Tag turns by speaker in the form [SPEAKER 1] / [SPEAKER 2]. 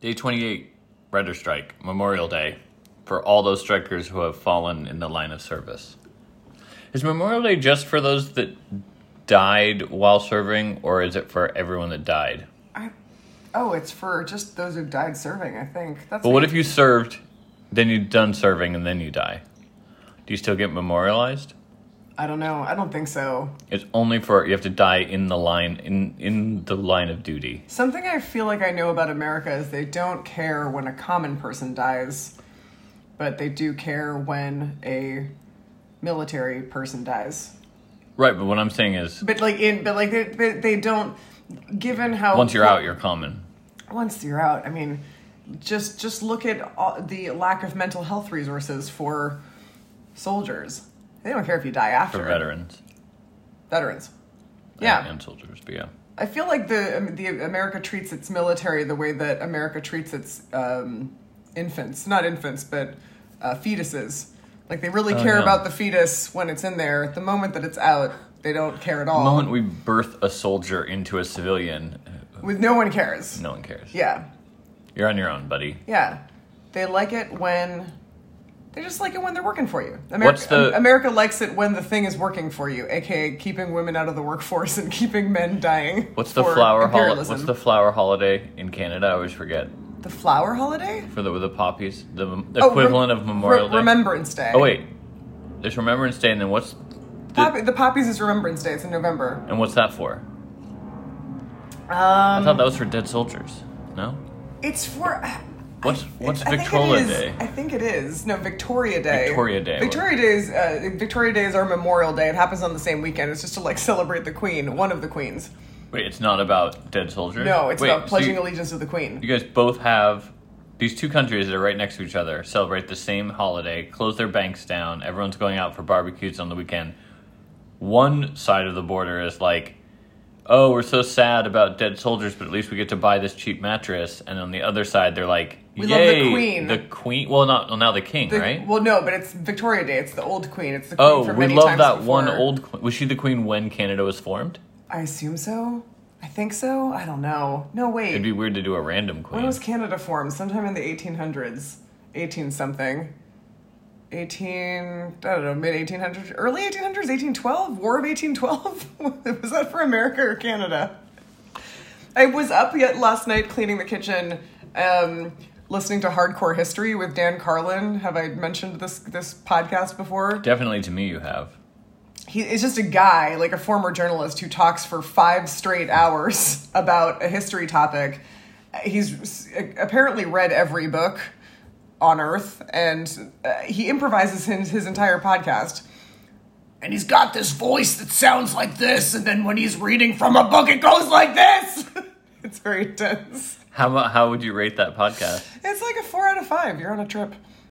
[SPEAKER 1] Day 28, Render Strike, Memorial Day, for all those strikers who have fallen in the line of service. Is Memorial Day just for those that died while serving, or is it for everyone that died?
[SPEAKER 2] I, oh, it's for just those who died serving. I think that's.
[SPEAKER 1] But what if you served, then you're done serving, and then you die? Do you still get memorialized?
[SPEAKER 2] I don't know. I don't think so.
[SPEAKER 1] It's only for you have to die in the line in in the line of duty.
[SPEAKER 2] Something I feel like I know about America is they don't care when a common person dies, but they do care when a military person dies.
[SPEAKER 1] Right, but what I'm saying is
[SPEAKER 2] But like in, but like they they, they don't. Given how
[SPEAKER 1] once you're out, you're common.
[SPEAKER 2] once you're out, I mean, just just look at all, the lack of mental health resources for soldiers. They don't care if you die after
[SPEAKER 1] For veterans.
[SPEAKER 2] Veterans. Yeah,
[SPEAKER 1] And soldiers, but yeah.
[SPEAKER 2] I feel like the um, the America treats its military the way that America treats its um, infants, not infants, but uh, fetuses. Like they really care
[SPEAKER 1] Oh, yeah.
[SPEAKER 2] about the fetus when it's in there. The moment that it's out, they don't care at
[SPEAKER 1] The
[SPEAKER 2] all.
[SPEAKER 1] moment we birth a soldier into a civilian, uh,
[SPEAKER 2] With no one cares.
[SPEAKER 1] no one cares.
[SPEAKER 2] Yeah,
[SPEAKER 1] You're on your own, buddy.
[SPEAKER 2] yeah. They like it when they just like it when they're working for you. America, um,
[SPEAKER 1] What's the-
[SPEAKER 2] America likes it when the thing is working for you, aka keeping women out of the workforce and keeping men dying.
[SPEAKER 1] What's the
[SPEAKER 2] for
[SPEAKER 1] flower holiday?
[SPEAKER 2] imperialism.
[SPEAKER 1] What's the flower holiday in Canada? I always forget.
[SPEAKER 2] the flower holiday?
[SPEAKER 1] For the with the poppies, the mem-
[SPEAKER 2] Oh, rem-
[SPEAKER 1] equivalent of
[SPEAKER 2] re-
[SPEAKER 1] Memorial Day.
[SPEAKER 2] Remembrance Day.
[SPEAKER 1] Oh wait, there's Remembrance Day, and then what's
[SPEAKER 2] Poppy, the poppies is Remembrance Day. It's in November.
[SPEAKER 1] and what's that for? I
[SPEAKER 2] Um,
[SPEAKER 1] thought that was for dead soldiers. No,
[SPEAKER 2] it's for. uh,
[SPEAKER 1] what's what's
[SPEAKER 2] I think it
[SPEAKER 1] Victrola
[SPEAKER 2] is-
[SPEAKER 1] Day?
[SPEAKER 2] I think it is. No, Victoria Day.
[SPEAKER 1] Victoria Day.
[SPEAKER 2] Victoria Day is uh, Victoria Day is our Memorial Day. It happens on the same weekend. It's just to like celebrate the Queen, one of the Queens.
[SPEAKER 1] Wait, it's not about dead soldiers.
[SPEAKER 2] No, it's
[SPEAKER 1] Wait,
[SPEAKER 2] about
[SPEAKER 1] so you-
[SPEAKER 2] pledging allegiance to the Queen.
[SPEAKER 1] you guys both have these two countries that are right next to each other celebrate the same holiday, close their banks down, everyone's going out for barbecues on the weekend. One side of the border is like, oh, we're so sad about dead soldiers, but at least we get to buy this cheap mattress. And on the other side, they're like,
[SPEAKER 2] We love the
[SPEAKER 1] yay,
[SPEAKER 2] queen."
[SPEAKER 1] The queen. Well, not well, now the king,
[SPEAKER 2] The-
[SPEAKER 1] right?
[SPEAKER 2] Well, no, but it's Victoria Day. It's the old Queen. It's the Queen
[SPEAKER 1] oh,
[SPEAKER 2] from
[SPEAKER 1] we
[SPEAKER 2] many
[SPEAKER 1] love
[SPEAKER 2] times
[SPEAKER 1] that
[SPEAKER 2] before.
[SPEAKER 1] one old. Queen. Was she the queen when Canada was formed?
[SPEAKER 2] I assume so. I think so. I don't know. No, wait.
[SPEAKER 1] It'd be weird to do a random queen.
[SPEAKER 2] When was Canada formed? Sometime in the 1800s. 18 something. 18, I don't know, mid 1800s, early 1800s, 1812? War of 1812? was that for America or Canada? I was up yet last night cleaning the kitchen, um, listening to Hardcore History with Dan Carlin. Have I mentioned this this podcast before?
[SPEAKER 1] Definitely to me, you have.
[SPEAKER 2] he is just a guy, like a former journalist, who talks for five straight hours about a history topic. He's s- apparently read every book on Earth, and uh, he improvises his, his entire podcast. And he's got this voice that sounds like this, and then when he's reading from a book, it goes like this. it's very intense.
[SPEAKER 1] How, mu- how would you rate that podcast?
[SPEAKER 2] It's like a four out of five. You're on a trip.